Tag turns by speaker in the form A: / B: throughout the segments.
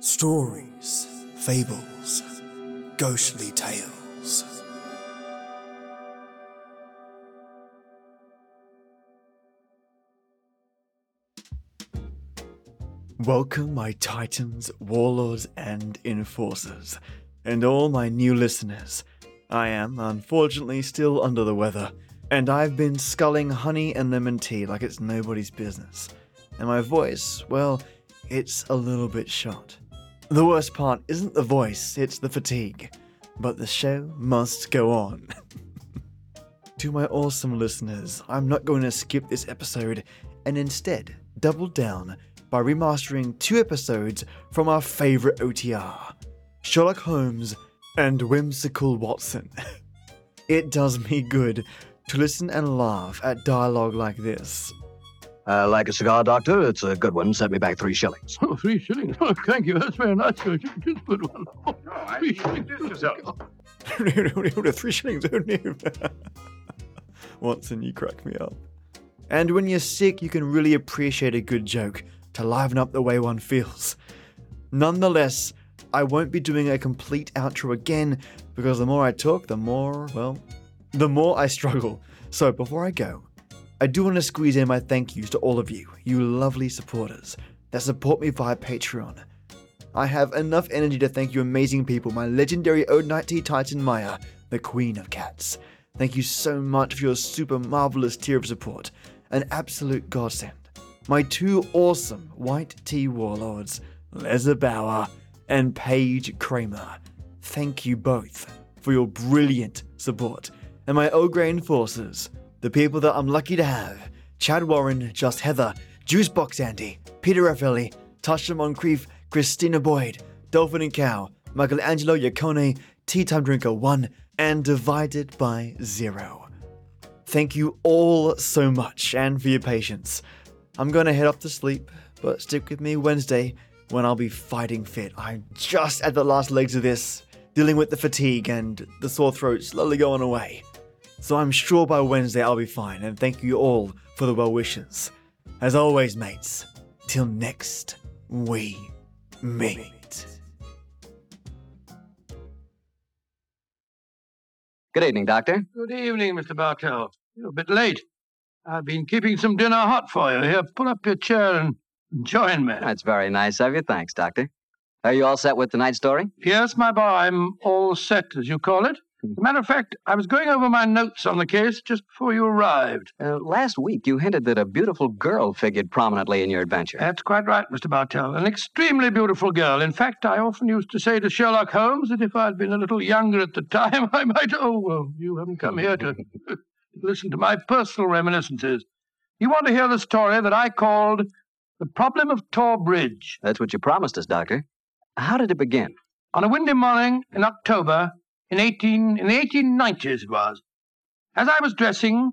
A: Stories, fables, ghostly tales. Welcome, my titans, warlords, and enforcers, and all my new listeners. I am, unfortunately, still under the weather, and I've been sculling honey and lemon tea like it's nobody's business. And my voice, well, it's a little bit shot. The worst part isn't the voice, it's the fatigue. But the show must go on. To my awesome listeners, I'm not going to skip this episode and instead double down by remastering two episodes from our favorite OTR Sherlock Holmes and Whimsical Watson. it does me good to listen and laugh at dialogue like this.
B: Uh, like a cigar, Doctor. It's a good one. Set me back three shillings.
C: Oh, three shillings. Oh, thank you. That's very nice. Just put one. Oh,
D: No, I
C: three
D: you
C: shillings. Oh,
D: introduce yourself.
A: Three shillings, who knew? Watson, you crack me up. And when you're sick, you can really appreciate a good joke to liven up the way one feels. Nonetheless, I won't be doing a complete outro again because the more I talk, the more, well, the more I struggle. So before I go, I do want to squeeze in my thank yous to all of you, you lovely supporters that support me via Patreon. I have enough energy to thank you amazing people, my legendary Ode Night Tea Titan Maya, the Queen of Cats. Thank you so much for your super marvelous tier of support, an absolute godsend. My two awesome white tea warlords, Leza Bauer and Paige Kramer. Thank you both for your brilliant support. And my Ogre Enforcers, the people that I'm lucky to have Chad Warren, Just Heather, Juicebox Andy, Peter Raffelli, Tasha Moncrief, Christina Boyd, Dolphin and Cow, Michelangelo Yacone, Tea Time Drinker 1, and Divided by Zero. Thank you all so much and for your patience. I'm gonna head off to sleep, but stick with me Wednesday when I'll be fighting fit. I'm just at the last legs of this, dealing with the fatigue and the sore throat slowly going away. So I'm sure by Wednesday I'll be fine, and thank you all for the well wishes. As always, mates, till next we meet.
B: Good evening, Doctor.
C: Good evening, Mr. Bartell. You're a bit late. I've been keeping some dinner hot for you. Here, pull up your chair and join me.
B: That's very nice of you. Thanks, Doctor. Are you all set with tonight's story?
C: Yes, my boy, I'm all set, as you call it.
B: Hmm.
C: As a matter of fact, I was going over my notes on the case just before you arrived.
B: Uh, last week, you hinted that a beautiful girl figured prominently in your adventure.
C: That's quite right, Mr. Bartell. An extremely beautiful girl. In fact, I often used to say to Sherlock Holmes that if I'd been a little younger at the time, I might. Oh, well, you haven't come here to listen to my personal reminiscences. You want to hear the story that I called The Problem of Tor Bridge.
B: That's what you promised us, Doctor. How did it begin?
C: On a windy morning in October, in, 18, in the 1890s it was, as I was dressing,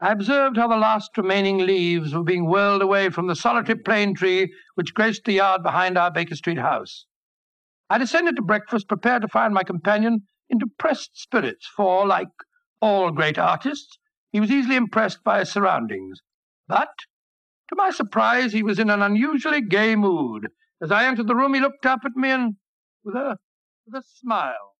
C: I observed how the last remaining leaves were being whirled away from the solitary plane tree which graced the yard behind our Baker Street house. I descended to breakfast, prepared to find my companion in depressed spirits, for, like all great artists, he was easily impressed by his surroundings. But, to my surprise, he was in an unusually gay mood. As I entered the room, he looked up at me and, with a, with a smile,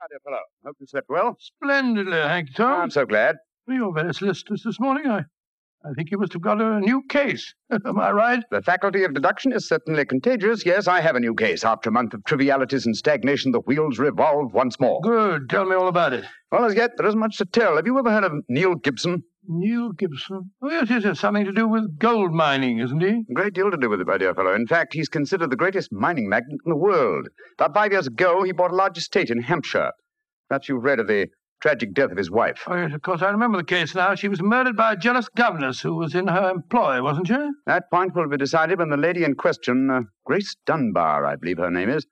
D: Hi there, fellow. Hope you slept well.
C: splendidly, Hank
D: Oh,
C: Tom.
D: I'm so glad.
C: You're very solicitous this morning. I, I think you must have got a new case. Am I right?
D: The faculty of deduction is certainly contagious. Yes, I have a new case. After a month of trivialities and stagnation, the wheels revolve once more.
C: Good. Tell me all about it.
D: Well, as yet, there isn't much to tell. Have you ever heard of Neil Gibson?
C: Neil Gibson. Oh, yes, yes, yes. Something to do with gold mining, isn't he?
D: A great deal to do with it, my dear fellow. In fact, he's considered the greatest mining magnate in the world. About five years ago, he bought a large estate in Hampshire. Perhaps you've read of the tragic death of his wife.
C: Oh, yes, of course. I remember the case now. She was murdered by a jealous governess who was in her employ, wasn't she?
D: That point will be decided when the lady in question, uh, Grace Dunbar, I believe her name is,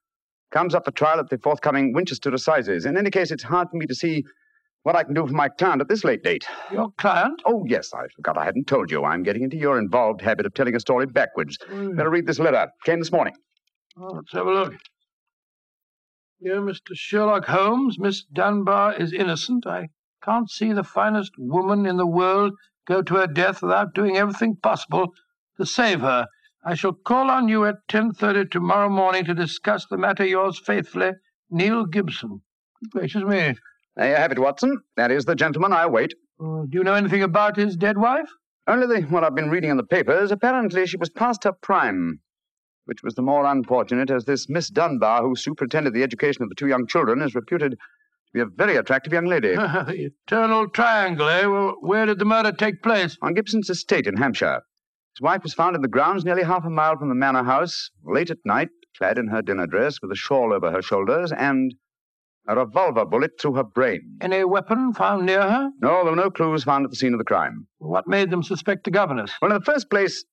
D: comes up for trial at the forthcoming Winchester Assizes. In any case, it's hard for me to see what I can do for my client at this late date.
C: Your client?
D: Oh, yes, I forgot I hadn't told you. I'm getting into your involved habit of telling a story backwards.
C: Hmm.
D: Better read this letter. Came this morning.
C: Well, let's have a look. Dear Mr. Sherlock Holmes, Miss Dunbar is innocent. I can't see the finest woman in the world go to her death without doing everything possible to save her. I shall call on you at 10.30 tomorrow morning to discuss the matter yours faithfully, Neil Gibson. Gracious me.
D: There you have it, Watson. That is the gentleman I await.
C: Uh, do you know anything about his dead wife?
D: Only the, what I've been reading in the papers, apparently she was past her prime, which was the more unfortunate as this Miss Dunbar, who superintended the education of the two young children, is reputed to be a very attractive young lady.
C: Eternal triangle, eh? Well, where did the murder take place?
D: on Gibson's estate in Hampshire. His wife was found in the grounds nearly half a mile from the manor house, late at night, clad in her dinner dress, with a shawl over her shoulders, and a revolver bullet through her brain.
C: Any weapon found near her?
D: No, there were no clues found at the scene of the crime.
C: What made them suspect the governess?
D: Well, in the first place,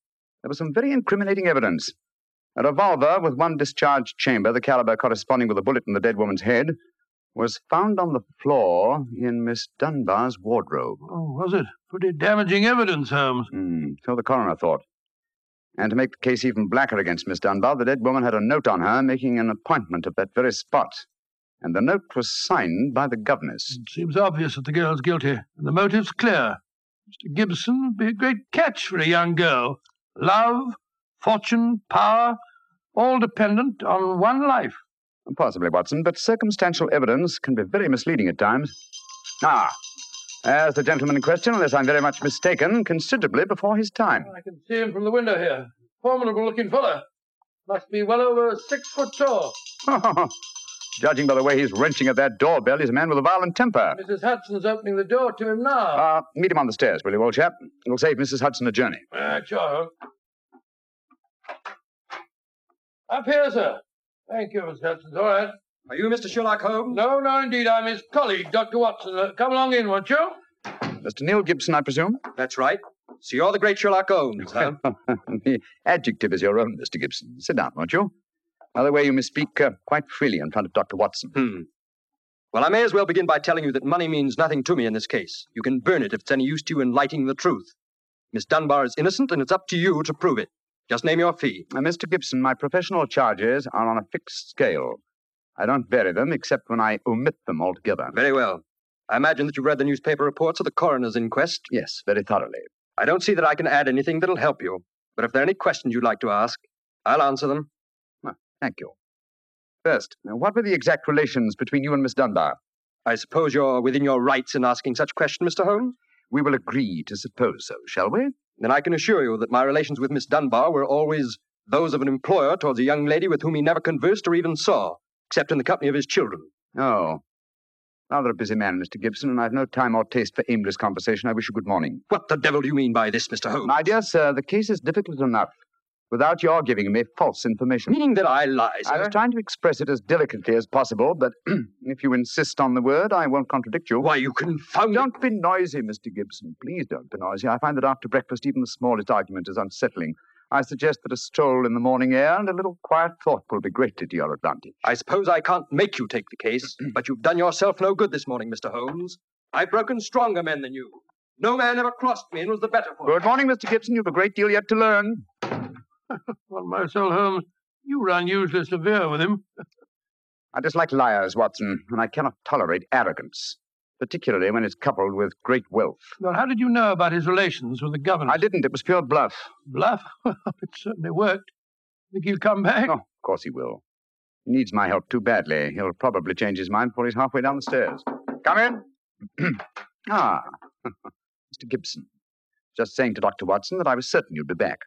D: there was some very incriminating evidence. A revolver with one discharged chamber, the caliber corresponding with a bullet in the dead woman's head, was found on the floor in Miss Dunbar's wardrobe.
C: Oh, was it? Pretty damaging evidence, Holmes.
D: Hmm, so the coroner thought. And to make the case even blacker against Miss Dunbar, the dead woman had a note on her making an appointment at that very spot. And the note was signed by the governess.
C: It seems obvious that the girl's guilty, and the motive's clear. Mr. Gibson would be a great catch for a young girl. Love, fortune, power, all dependent on one life.
D: Possibly, Watson, but circumstantial evidence can be very misleading at times. Ah, there's the gentleman in question, unless I'm very much mistaken, considerably before his time.
C: I can see him from the window here. Formidable looking fellow. Must be well over six foot tall.
D: Judging by the way he's wrenching at that doorbell, he's a man with a violent temper.
C: Mrs. Hudson's opening the door to him now.
D: Ah, meet him on the stairs, will you, old chap? It'll save Mrs. Hudson a journey.
C: Uh, sure. Up here, sir. Thank you, Mr. Hudson. All right.
E: Are you Mr. Sherlock Holmes?
C: No, no, indeed. I'm his colleague, Dr. Watson. Uh, come along in, won't you?
D: Mr. Neil Gibson, I presume?
E: That's right. So you're the great Sherlock Holmes, huh?
D: the adjective is your own, Mr. Gibson. Sit down, won't you? By the way, you may speak uh, quite freely in front of Dr. Watson.
E: hmm. Well, I may as well begin by telling you that money means nothing to me in this case. You can burn it if it's any use to you in lighting the truth. Miss Dunbar is innocent, and it's up to you to prove it. Just name your fee.
D: Now, Mr. Gibson, my professional charges are on a fixed scale. I don't vary them except when I omit them altogether.
E: Very well. I imagine that you've read the newspaper reports of the coroner's inquest.
D: Yes, very thoroughly.
E: I don't see that I can add anything that'll help you. But if there are any questions you'd like to ask, I'll answer them.
D: Thank you. First, now, what were the exact relations between you and Miss Dunbar?
E: I suppose you're within your rights in asking such questions, Mr. Holmes?
D: We will agree to suppose so, shall we?
E: Then I can assure you that my relations with Miss Dunbar were always those of an employer towards a young lady with whom he never conversed or even saw, except in the company of his children.
D: Oh. Rather a busy man, Mr. Gibson, and I've no time or taste for aimless conversation. I wish you good morning.
E: What the devil do you mean by this, Mr. Holmes?
D: My dear sir, the case is difficult enough without your giving me false information.
E: Meaning that I lie,
D: I was
E: sir?
D: trying to express it as delicately as possible, but if you insist on the word, I won't contradict you.
E: Why, you confound
D: Don't be noisy, Mr. Gibson. Please don't be noisy. I find that after breakfast, even the smallest argument is unsettling. I suggest that a stroll in the morning air and a little quiet thought will be greatly to your advantage.
E: I suppose I can't make you take the case, but you've done yourself no good this morning, Mr. Holmes. I've broken stronger men than you. No man ever crossed me and was the better for it.
D: Good morning, Mr. Gibson. You've a great deal yet to learn.
C: Well, my soul, Holmes, you were unusually severe with him.
D: I dislike liars, Watson, and I cannot tolerate arrogance, particularly when it's coupled with great wealth.
C: Well, how did you know about his relations with the governor?
D: I didn't. It was pure bluff.
C: Bluff? it certainly worked. Think he'll come back?
D: Oh, of course he will. He needs my help too badly. He'll probably change his mind before he's halfway down the stairs. Come in. ah, Mr. Gibson. Just saying to Dr. Watson that I was certain you'd be back.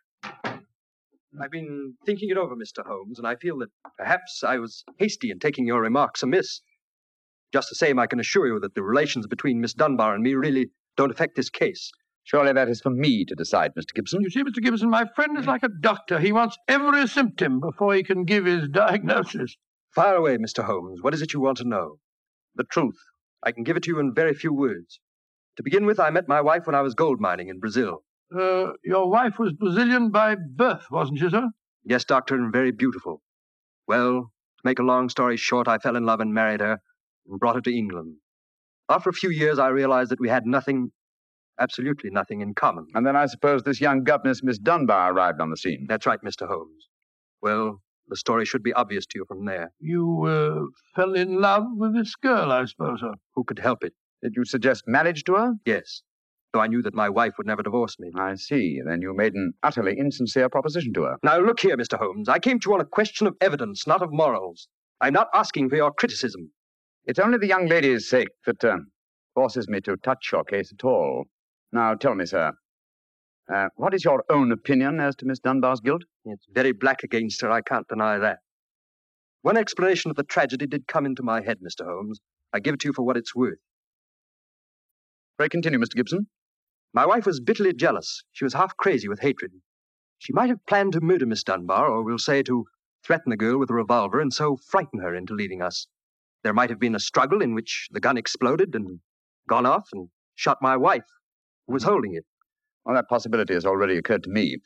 E: I've been thinking it over, Mr. Holmes, and I feel that perhaps I was hasty in taking your remarks amiss. Just the same, I can assure you that the relations between Miss Dunbar and me really don't affect this case.
D: Surely that is for me to decide, Mr. Gibson.
C: You see, Mr. Gibson, my friend is like a doctor. He wants every symptom before he can give his diagnosis.
E: Fire away, Mr. Holmes. What is it you want to know?
D: The truth.
E: I can give it to you in very few words. To begin with, I met my wife when I was gold mining in Brazil.
C: Uh, your wife was Brazilian by birth, wasn't she, sir?
E: Yes, doctor, and very beautiful. Well, to make a long story short, I fell in love and married her and brought her to England. After a few years, I realized that we had nothing, absolutely nothing in common.
D: And then I suppose this young governess, Miss Dunbar, arrived on the scene.
E: That's right, Mr. Holmes. Well, the story should be obvious to you from there.
C: You uh, fell in love with this girl, I suppose, sir.
E: Who could help it?
D: Did you suggest marriage to her?
E: Yes. though I knew that my wife would never divorce me.
D: I see. Then you made an utterly insincere proposition to her.
E: Now, look here, Mr. Holmes. I came to you on a question of evidence, not of morals. I'm not asking for your criticism.
D: It's only the young lady's sake that uh, forces me to touch your case at all. Now, tell me, sir, uh, what is your own opinion as to Miss Dunbar's guilt?
E: It's very black against her, I can't deny that. One explanation of the tragedy did come into my head, Mr. Holmes. I give it to you for what it's worth.
D: Pray continue, Mr. Gibson.
E: My wife was bitterly jealous. She was half crazy with hatred. She might have planned to murder Miss Dunbar, or we'll say to threaten the girl with a revolver and so frighten her into leaving us. There might have been a struggle in which the gun exploded and gone off and shot my wife, who was holding it.
D: Well, that possibility has already occurred to me.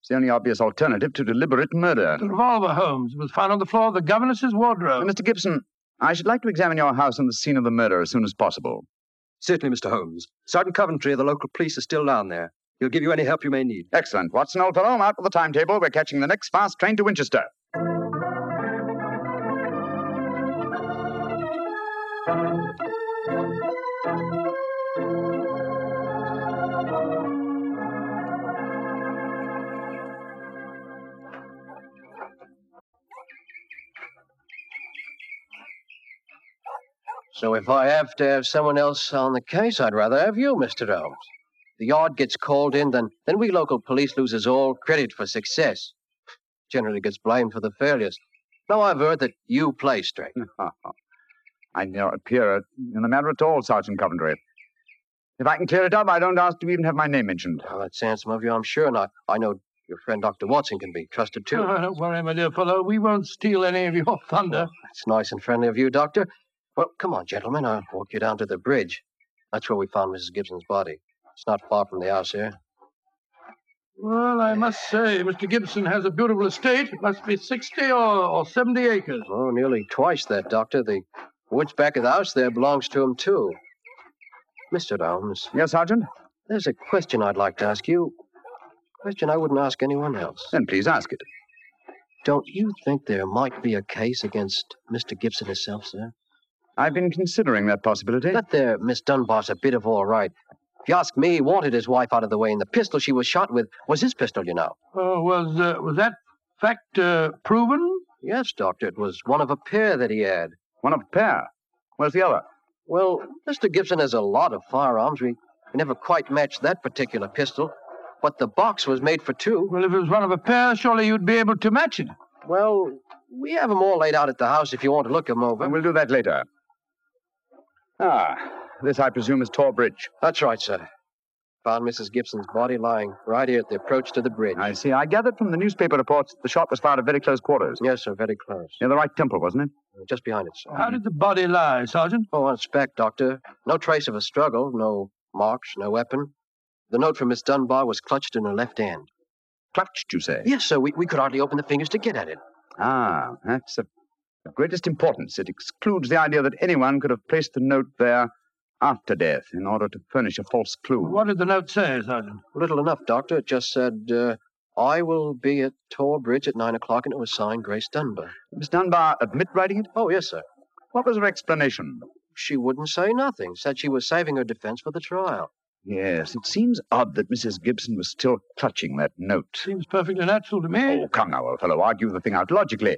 D: It's the only obvious alternative to deliberate murder.
C: The revolver, Holmes, was found on the floor of the governess's
D: Uh,
C: wardrobe.
D: Mr. Gibson, I should like to examine your house and the scene of the murder as soon as possible.
E: Certainly, Mr. Holmes. Sergeant Coventry of the local police is still down there. He'll give you any help you may need.
D: Excellent. Watson, old fellow, I'm out with the timetable. We're catching the next fast train to Winchester.
F: So if I have to have someone else on the case, I'd rather have you, Mr. Holmes. The yard gets called in, then then we local police loses all credit for success. Generally gets blamed for the failures. Now I've heard that you play straight.
D: I do not appear in the matter at all, Sergeant Coventry. If I can clear it up, I don't ask to even have my name mentioned.
F: Well, that's handsome of you, I'm sure, and I, I know your friend Dr. Watson can be trusted too.
C: Oh, don't worry, my dear fellow. We won't steal any of your thunder.
F: That's nice and friendly of you, Doctor. Well, come on, gentlemen. I'll walk you down to the bridge. That's where we found Mrs. Gibson's body. It's not far from the house here.
C: Well, I must say, Mr. Gibson has a beautiful estate. It must be 60 or, or 70 acres.
F: Oh, nearly twice that, Doctor. The woods back of the house there belongs to him, too. Mr. Holmes,
D: Yes, Sergeant?
F: there's a question I'd like to ask you. Question I wouldn't ask anyone else.
D: Then please ask it.
F: Don't you think there might be a case against Mr. Gibson himself, sir?
D: I've been considering that possibility.
F: That there Miss Dunbar's a bit of all right. If you ask me, he wanted his wife out of the way, and the pistol she was shot with was his pistol, you know.
C: Oh, was, uh, was that fact uh, proven?
F: Yes, Doctor, it was one of a pair that he had.
D: One of a pair. Where's the other?
F: Well, Mr. Gibson has a lot of firearms. We, we never quite matched that particular pistol, but the box was made for two.
C: Well, if it was one of a pair, surely you'd be able to match it.
F: Well, we have 'em all laid out at the house if you want to look 'em over.
D: Well, we'll do that later. Ah, this, I presume, is Tor Bridge.
F: That's right, sir. Found Mrs. Gibson's body lying right here at the approach to the bridge.
D: I see. I gathered from the newspaper reports that the shot was fired at very close quarters.
F: Yes, sir, very close.
D: Near the right temple, wasn't it?
F: Just behind it, sir.
C: How did the body lie, Sergeant?
F: Oh, on its back, Doctor. No trace of a struggle, no marks, no weapon. The note from Miss Dunbar was clutched in her left hand.
D: Clutched, you say?
F: Yes, sir, we, we could hardly open the fingers to get at it.
D: Ah, that's of the greatest importance. It excludes the idea that anyone could have placed the note there after death in order to furnish a false clue.
C: What did the note say, Sergeant?
F: Little enough, Doctor. It just said, uh, I will be at Tor Bridge at nine o'clock, and it was signed Grace Dunbar.
D: Miss Dunbar admit writing it?
F: Oh, yes, sir.
D: What was her explanation?
F: She wouldn't say nothing. Said she was saving her defense for the trial.
D: Yes, it seems odd that Mrs. Gibson was still clutching that note.
C: Seems perfectly natural to me.
D: Oh, come now, old fellow, argue the thing out logically.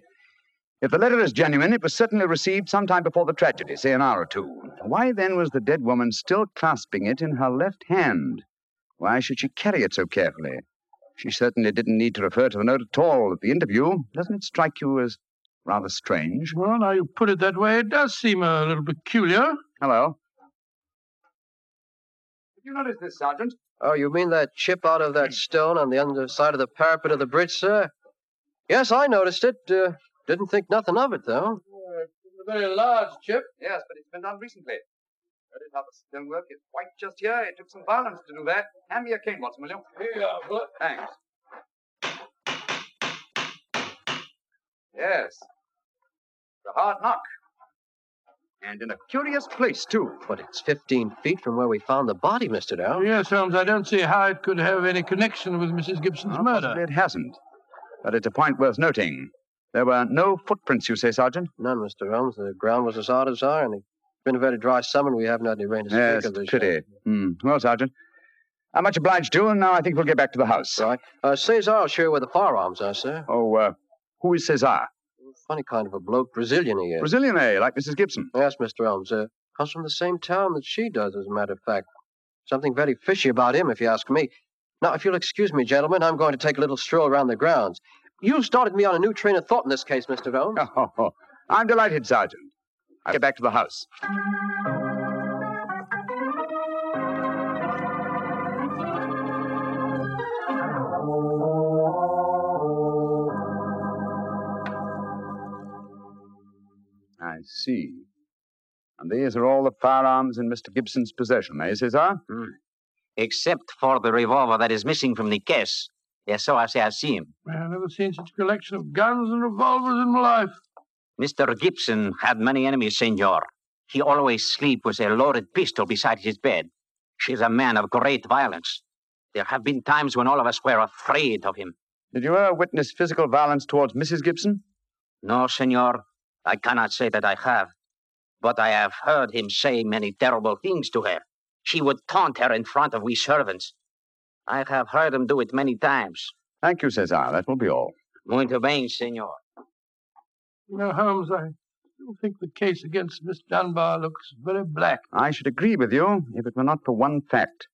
D: If the letter is genuine, it was certainly received sometime before the tragedy, say an hour or two. Why then was the dead woman still clasping it in her left hand? Why should she carry it so carefully? She certainly didn't need to refer to the note at all at the interview. Doesn't it strike you as rather strange?
C: Well, now you put it that way, it does seem a little peculiar.
D: Hello. Did you notice this, Sergeant?
F: Oh, you mean that chip out of that stone on the underside of the parapet of the bridge, sir? Yes, I noticed it. Uh, didn't think nothing of it, though.
C: A very large chip.
E: Yes, but it's been done recently. That is how the stone work is quite just here. It took some violence to do that. Hand me a cane, Watson, will you?
C: Here you are, Buck.
E: Thanks. Yes. A hard knock.
D: And in a curious place, too.
F: But it's 15 feet from where we found the body, Mr. Dow.
C: Oh, Yes, Holmes, I don't see how it could have any connection with Mrs. Gibson's
F: Oh,
D: Well, possibly
C: murder.
D: It hasn't. But it's a point worth noting. There were no footprints, you say, Sergeant?
F: None, Mr. Holmes. The ground was as hard as iron. It's been a very dry summer, and we haven't had any rain to speak
D: Yes,
F: of this
D: pity. Hmm. Well, Sergeant, I'm much obliged to you, and now I think we'll get back to the house.
F: Right. Uh, Cesar'll show you where the firearms are, sir.
D: Oh, uh, who is Cesar?
F: Funny kind of a bloke, Brazilian he is.
D: Brazilian, eh? Like Mrs. Gibson.
F: Yes, Mr. Holmes. Uh, comes from the same town that she does, as a matter of fact. Something very fishy about him, if you ask me. Now, if you'll excuse me, gentlemen, I'm going to take a little stroll around the grounds. You've started me on a new train of thought in this case, Mr. Holmes.
D: Oh, I'm delighted, Sergeant. I'll get back to the house. I see. And these are all the firearms in Mr. Gibson's possession, eh, Cesar?
G: Mm. Except for the revolver that is missing from the case. Yes, so I say I see him.
C: Well, I've never seen such a collection of guns and revolvers in my life.
G: Mr. Gibson had many enemies, senor. He always sleep with a loaded pistol beside his bed. She's a man of great violence. There have been times when all of us were afraid of him.
D: Did you ever witness physical violence towards Mrs. Gibson?
G: No, senor, I cannot say that I have. But I have heard him say many terrible things to her. She would taunt her in front of we servants. I have heard him do it many times.
D: Thank you, Cesar. That will be all.
G: Muito bem, senor.
C: You know, Holmes, I still think the case against Miss Dunbar looks very black.
D: I should agree with you if it were not for one fact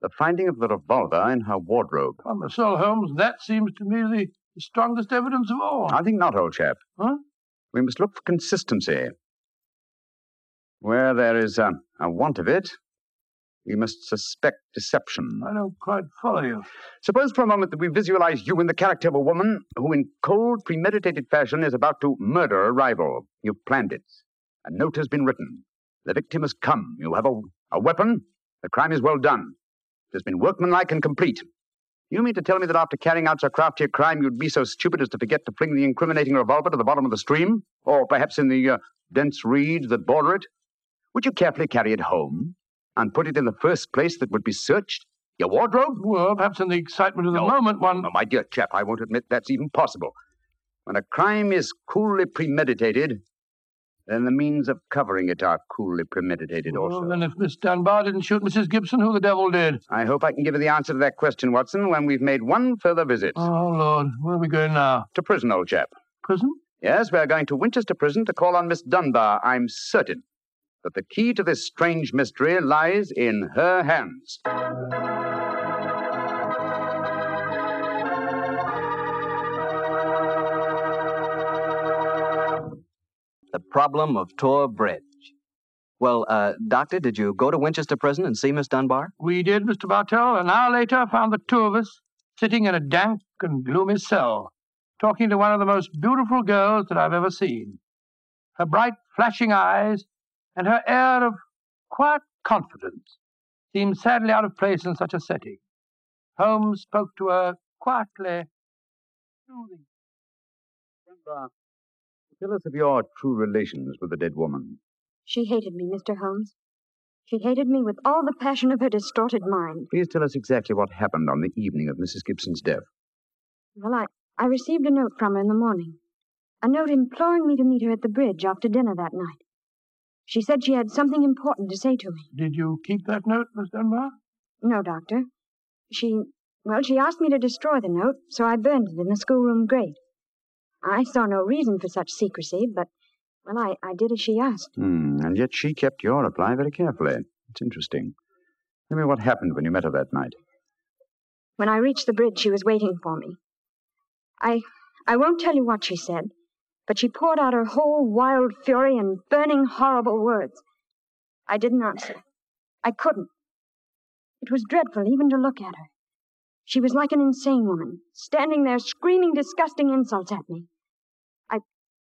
D: the finding of the revolver in her wardrobe.
C: On the soul, Holmes, that seems to me the, the strongest evidence of all.
D: I think not, old chap.
C: Huh?
D: We must look for consistency. Where there is um, a want of it, we must suspect deception.
C: I don't quite follow you.
D: Suppose for a moment that we visualize you in the character of a woman who, in cold, premeditated fashion, is about to murder a rival. You've planned it. A note has been written. The victim has come. You have a, a weapon. The crime is well done. It has been workmanlike and complete. You mean to tell me that after carrying out so crafty a crime, you'd be so stupid as to forget to fling the incriminating revolver to the bottom of the stream? Or perhaps in the uh, dense reeds that border it? Would you carefully carry it home and put it in the first place that would be searched? Your wardrobe?
C: Well, perhaps in the excitement of the
D: No.
C: moment, one.
D: Oh, my dear chap, I won't admit that's even possible. When a crime is coolly premeditated, then the means of covering it are coolly premeditated
C: Well,
D: also.
C: then, if Miss Dunbar didn't shoot Mrs. Gibson, who the devil did?
D: I hope I can give you the answer to that question, Watson, when we've made one further visit.
C: Oh, Lord, where are we going now?
D: To prison, old chap.
C: Prison?
D: Yes, we are going to Winchester Prison to call on Miss Dunbar. I'm certain that the key to this strange mystery lies in her hands.
B: The problem of Tor Bridge.
E: Well, uh, Doctor, did you go to Winchester Prison and see Miss Dunbar?
C: We did, Mr. Bartell. An hour later, found the two of us sitting in a dank and gloomy cell, talking to one of the most beautiful girls that I've ever seen. Her bright, flashing eyes and her air of quiet confidence seemed sadly out of place in such a setting. Holmes spoke to her quietly, soothing.
D: Dunbar, tell us of your true relations with the dead woman.
H: She hated me, Mr. Holmes. She hated me with all the passion of her distorted mind.
D: Please tell us exactly what happened on the evening of Mrs. Gibson's death.
H: Well, I, I received a note from her in the morning. A note imploring me to meet her at the bridge after dinner that night. She said she had something important to say to me.
C: Did you keep that note, Miss Dunbar?
H: No, Doctor. She, well, she asked me to destroy the note, so I burned it in the schoolroom grate. I saw no reason for such secrecy, but, well, I, I did as she asked.
D: Hmm, and yet she kept your reply very carefully. It's interesting. Tell me what happened when you met her that night.
H: When I reached the bridge, she was waiting for me. I I won't tell you what she said, but she poured out her whole wild fury in burning, horrible words. I didn't answer. I couldn't. It was dreadful even to look at her. She was like an insane woman, standing there screaming disgusting insults at me. I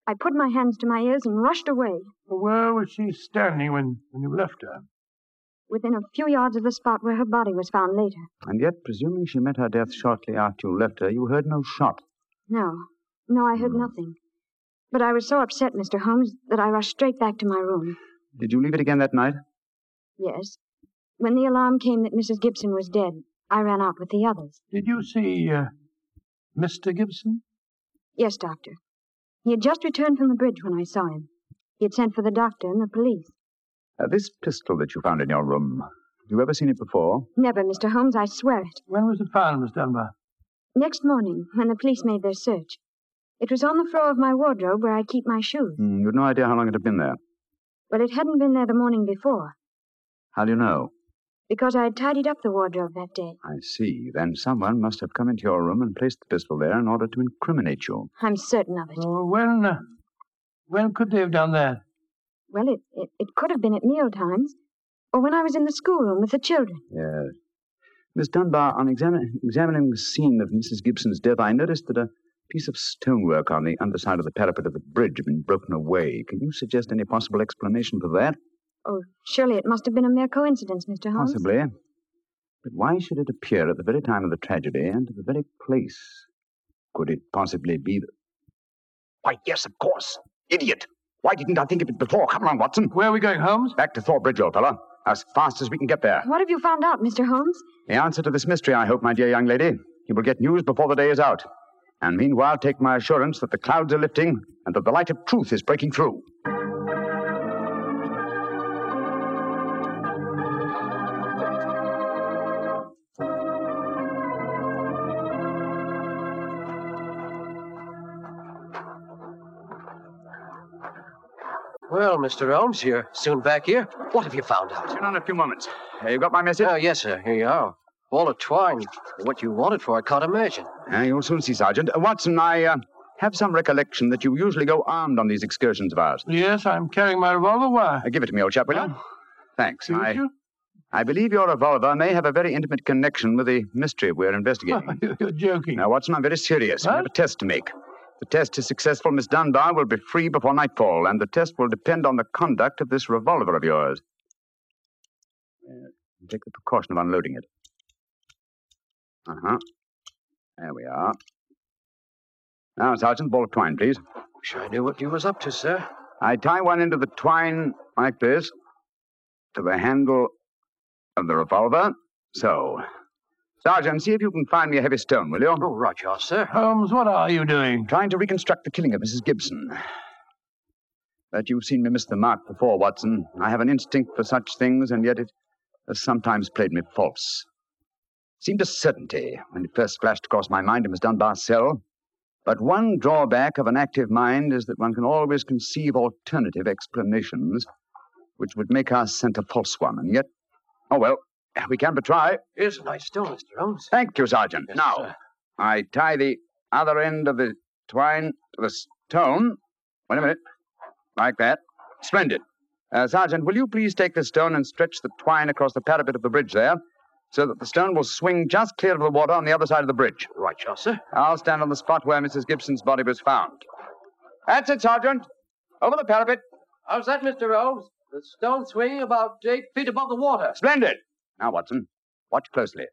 H: I put my hands to my ears and rushed away,
C: Where was she standing when, when you left her?
H: within a few yards of the spot where her body was found later.
D: And yet, presuming she met her death shortly after you left her, you heard no shot.
H: No, no, I
C: Hmm.
H: heard nothing. But I was so upset, Mr. Holmes, that I rushed straight back to my room.
D: Did you leave it again that night?
H: Yes. When the alarm came that Mrs. Gibson was dead, I ran out with the others.
C: Did you see uh, Mr. Gibson?
H: Yes, Doctor. He had just returned from the bridge when I saw him. He had sent for the doctor and the police.
D: Uh, this pistol that you found in your room, You ever seen it before?
H: Never, Mr. Holmes, I swear it.
C: When was it found, Miss Dunbar?
H: Next morning, when the police made their search, it was on the floor of my wardrobe where I keep my shoes.
D: Hmm, you've no idea how long it had been there.
H: Well, it hadn't been there the morning before,
D: How do you know?
H: because I had tidied up the wardrobe that day.
D: I see. Then someone must have come into your room and placed the pistol there in order to incriminate you.
H: I'm certain of it.
C: Oh, when? uh, When could they have done that?
H: Well, it, it, it could have been at meal times, or when I was in the schoolroom with the children.
D: Yes. Miss Dunbar, on exami- examining the scene of Mrs. Gibson's death, I noticed that a piece of stonework on the underside of the parapet of the bridge had been broken away. Can you suggest any possible explanation for that?
H: Oh, surely it must have been a mere coincidence, Mr. Holmes.
D: Possibly. But why should it appear at the very time of the tragedy and at the very place? Could it possibly be that. Why, yes, of course. Idiot! Why didn't I think of it before? Come along, Watson.
C: Where are we going, Holmes?
D: Back to Thorbridge, old fellow. As fast as we can get there.
H: What have you found out, Mr. Holmes?
D: The answer to this mystery, I hope, my dear young lady. You will get news before the day is out. And meanwhile, take my assurance that the clouds are lifting and that the light of truth is breaking through.
F: Well, Mr. Holmes, you're soon back here. What have you found out?
D: In a few moments. you got my message?
F: Oh, yes, sir. Here you are. All entwined. What you wanted for, I can't imagine.
D: Ah, you'll soon see, Sergeant. Uh, Watson, I uh, have some recollection that you usually go armed on these excursions of ours.
C: Yes, I'm carrying my revolver. Why?
D: Uh, give it to me, old chap, will you? Thanks.
C: Shoot
D: I,
C: you?
D: I believe your revolver may have a very intimate connection with the mystery we're investigating.
C: You're joking.
D: Now, Watson, I'm very serious. We
C: What?
D: have a test to make. If The test is successful, Miss Dunbar will be free before nightfall, and the test will depend on the conduct of this revolver of yours. Uh, Take the precaution of unloading it. Uh huh. There we are. Now, Sergeant, ball of twine, please.
F: Wish I knew what you was up to, sir.
D: I tie one end of the twine like this to the handle of the revolver. So. Sergeant, see if you can find me a heavy stone, will you?
F: Oh, right, you are, sir.
C: Holmes, what are you doing?
D: trying to reconstruct the killing of Mrs. Gibson. That you've seen me miss the mark before, Watson. I have an instinct for such things, and yet it has sometimes played me false. It seemed a certainty when it first flashed across my mind in Miss Dunbar's cell. But one drawback of an active mind is that one can always conceive alternative explanations, which would make our scent a false one, and yet. Oh, well, we can but try.
F: Here's a nice stone, Mr. Holmes.
D: Thank you, Sergeant.
F: Yes,
D: now,
F: sir.
D: I tie the other end of the twine to the stone. Wait a minute. Like that. Splendid. Uh, Sergeant, will you please take the stone and stretch the twine across the parapet of the bridge there so that the stone will swing just clear of the water on the other side of the bridge?
F: Right, you are, sir.
D: I'll stand on the spot where Mrs. Gibson's body was found. That's it, Sergeant. Over the parapet.
F: How's that, Mr. Holmes? The stone swinging about eight feet above the water.
D: Splendid. Now, Watson, watch closely.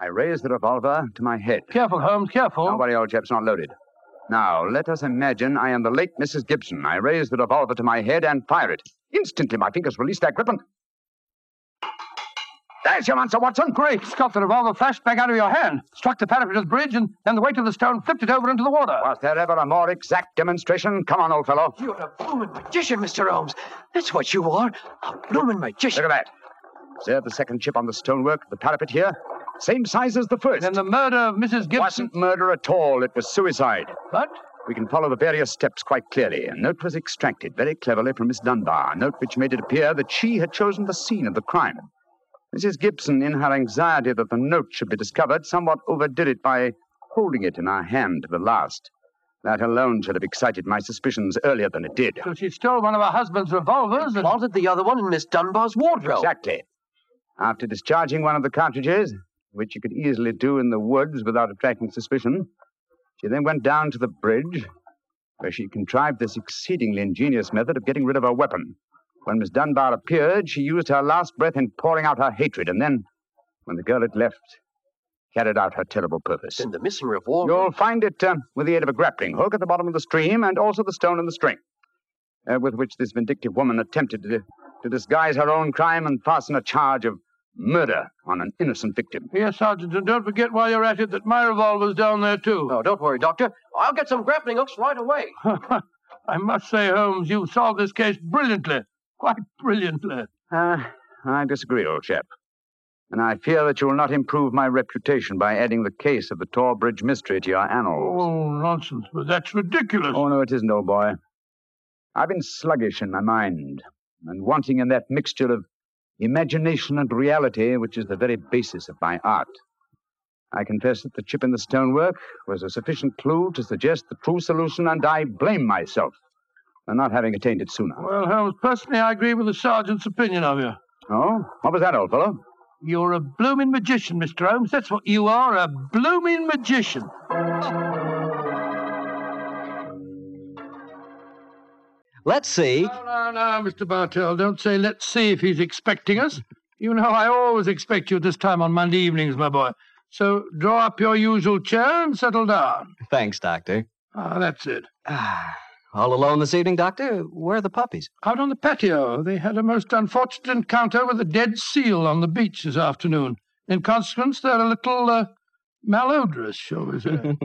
D: I raise the revolver to my head.
C: Careful, Holmes, careful.
D: Don't worry, old chap's not loaded. Now, let us imagine I am the late Mrs. Gibson. I raise the revolver to my head and fire it. Instantly, my fingers release their grip and. There's your answer, Watson.
C: Great Scott, the revolver flashed back out of your hand, struck the parapet of the bridge, and then the weight of the stone flipped it over into the water.
D: Was there ever a more exact demonstration? Come on, old fellow.
F: You're a bloomin' magician, Mr. Holmes. That's what you are. A bloomin' magician.
D: Look at that. Observe the second chip on the stonework of the parapet here. Same size as the first.
C: Then the murder of Mrs. Gibson.
D: wasn't murder at all. It was suicide.
C: What?
D: We can follow the various steps quite clearly. A note was extracted very cleverly from Miss Dunbar, a note which made it appear that she had chosen the scene of the crime. Mrs. Gibson, in her anxiety that the note should be discovered, somewhat overdid it by holding it in her hand to the last. That alone should have excited my suspicions earlier than it did.
C: So she stole one of her husband's revolvers and.
F: Planted the other one in Miss Dunbar's wardrobe.
D: Exactly. After discharging one of the cartridges, which you could easily do in the woods without attracting suspicion, she then went down to the bridge, where she contrived this exceedingly ingenious method of getting rid of her weapon. When Miss Dunbar appeared, she used her last breath in pouring out her hatred, and then, when the girl had left, carried out her terrible purpose.
F: And the missing revolver.
D: You'll find it uh, with the aid of a grappling hook at the bottom of the stream and also the stone and the string uh, with which this vindictive woman attempted to, to disguise her own crime and fasten a charge of murder on an innocent victim.
C: Yes, Sergeant, and don't forget while you're at it that my revolver's down there, too.
F: Oh, don't worry, Doctor. I'll get some grappling hooks right away.
C: I must say, Holmes, you've solved this case brilliantly. Quite brilliantly.
D: Uh, I Ah, disagree, old chap. and I fear that you will not improve my reputation by adding the case of the Torbridge mystery to your annals.
C: Oh, nonsense. But that's ridiculous.
D: Oh, no, it isn't, old boy. I've been sluggish in my mind and wanting in that mixture of imagination and reality which is the very basis of my art. I confess that the chip in the stonework was a sufficient clue to suggest the true solution, and I blame myself for not having attained it sooner.
C: Well, Holmes, personally, I agree with the sergeant's opinion of you.
D: Oh? What was that, old fellow?
C: You're a blooming magician, Mr. Holmes. That's what you are, a blooming magician.
I: Let's see.
C: No, no, no, Mr. Bartell. Don't say let's see if he's expecting us. You know I always expect you at this time on Monday evenings, my boy. So draw up your usual chair and settle down.
I: Thanks, Doctor.
C: Ah, that's it.
I: Ah, all alone this evening, Doctor? Where are the puppies?
C: Out on the patio, they had a most unfortunate encounter with a dead seal on the beach this afternoon. In consequence, they're a little uh, malodorous, shall we say.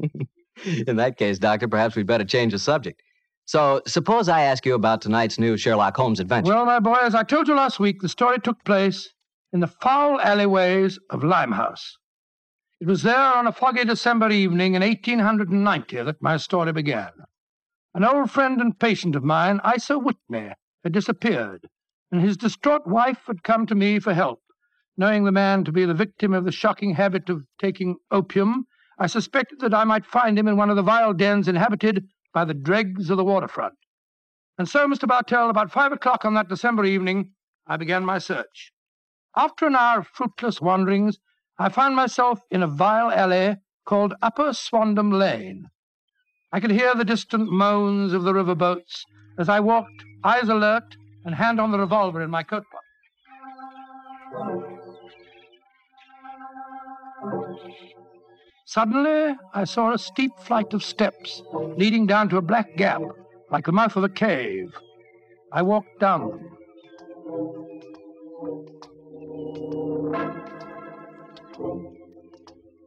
I: In that case, Doctor, perhaps we'd better change the subject. So, suppose I ask you about tonight's new Sherlock Holmes adventure.
C: well, my boy, as I told you last week, the story took place in the foul alleyways of Limehouse. It was there on a foggy December evening in 1890 that my story began. An old friend and patient of mine, Isa Whitney, had disappeared, and his distraught wife had come to me for help. Knowing the man to be the victim of the shocking habit of taking opium, I suspected that I might find him in one of the vile dens inhabited by the dregs of the waterfront. And so, Mr. Bartell, about five o'clock on that December evening, I began my search. After an hour of fruitless wanderings, I found myself in a vile alley called Upper Swandam Lane. I could hear the distant moans of the river boats as I walked, eyes alert and hand on the revolver in my coat pocket. Suddenly, I saw a steep flight of steps leading down to a black gap, like the mouth of a cave. I walked down them.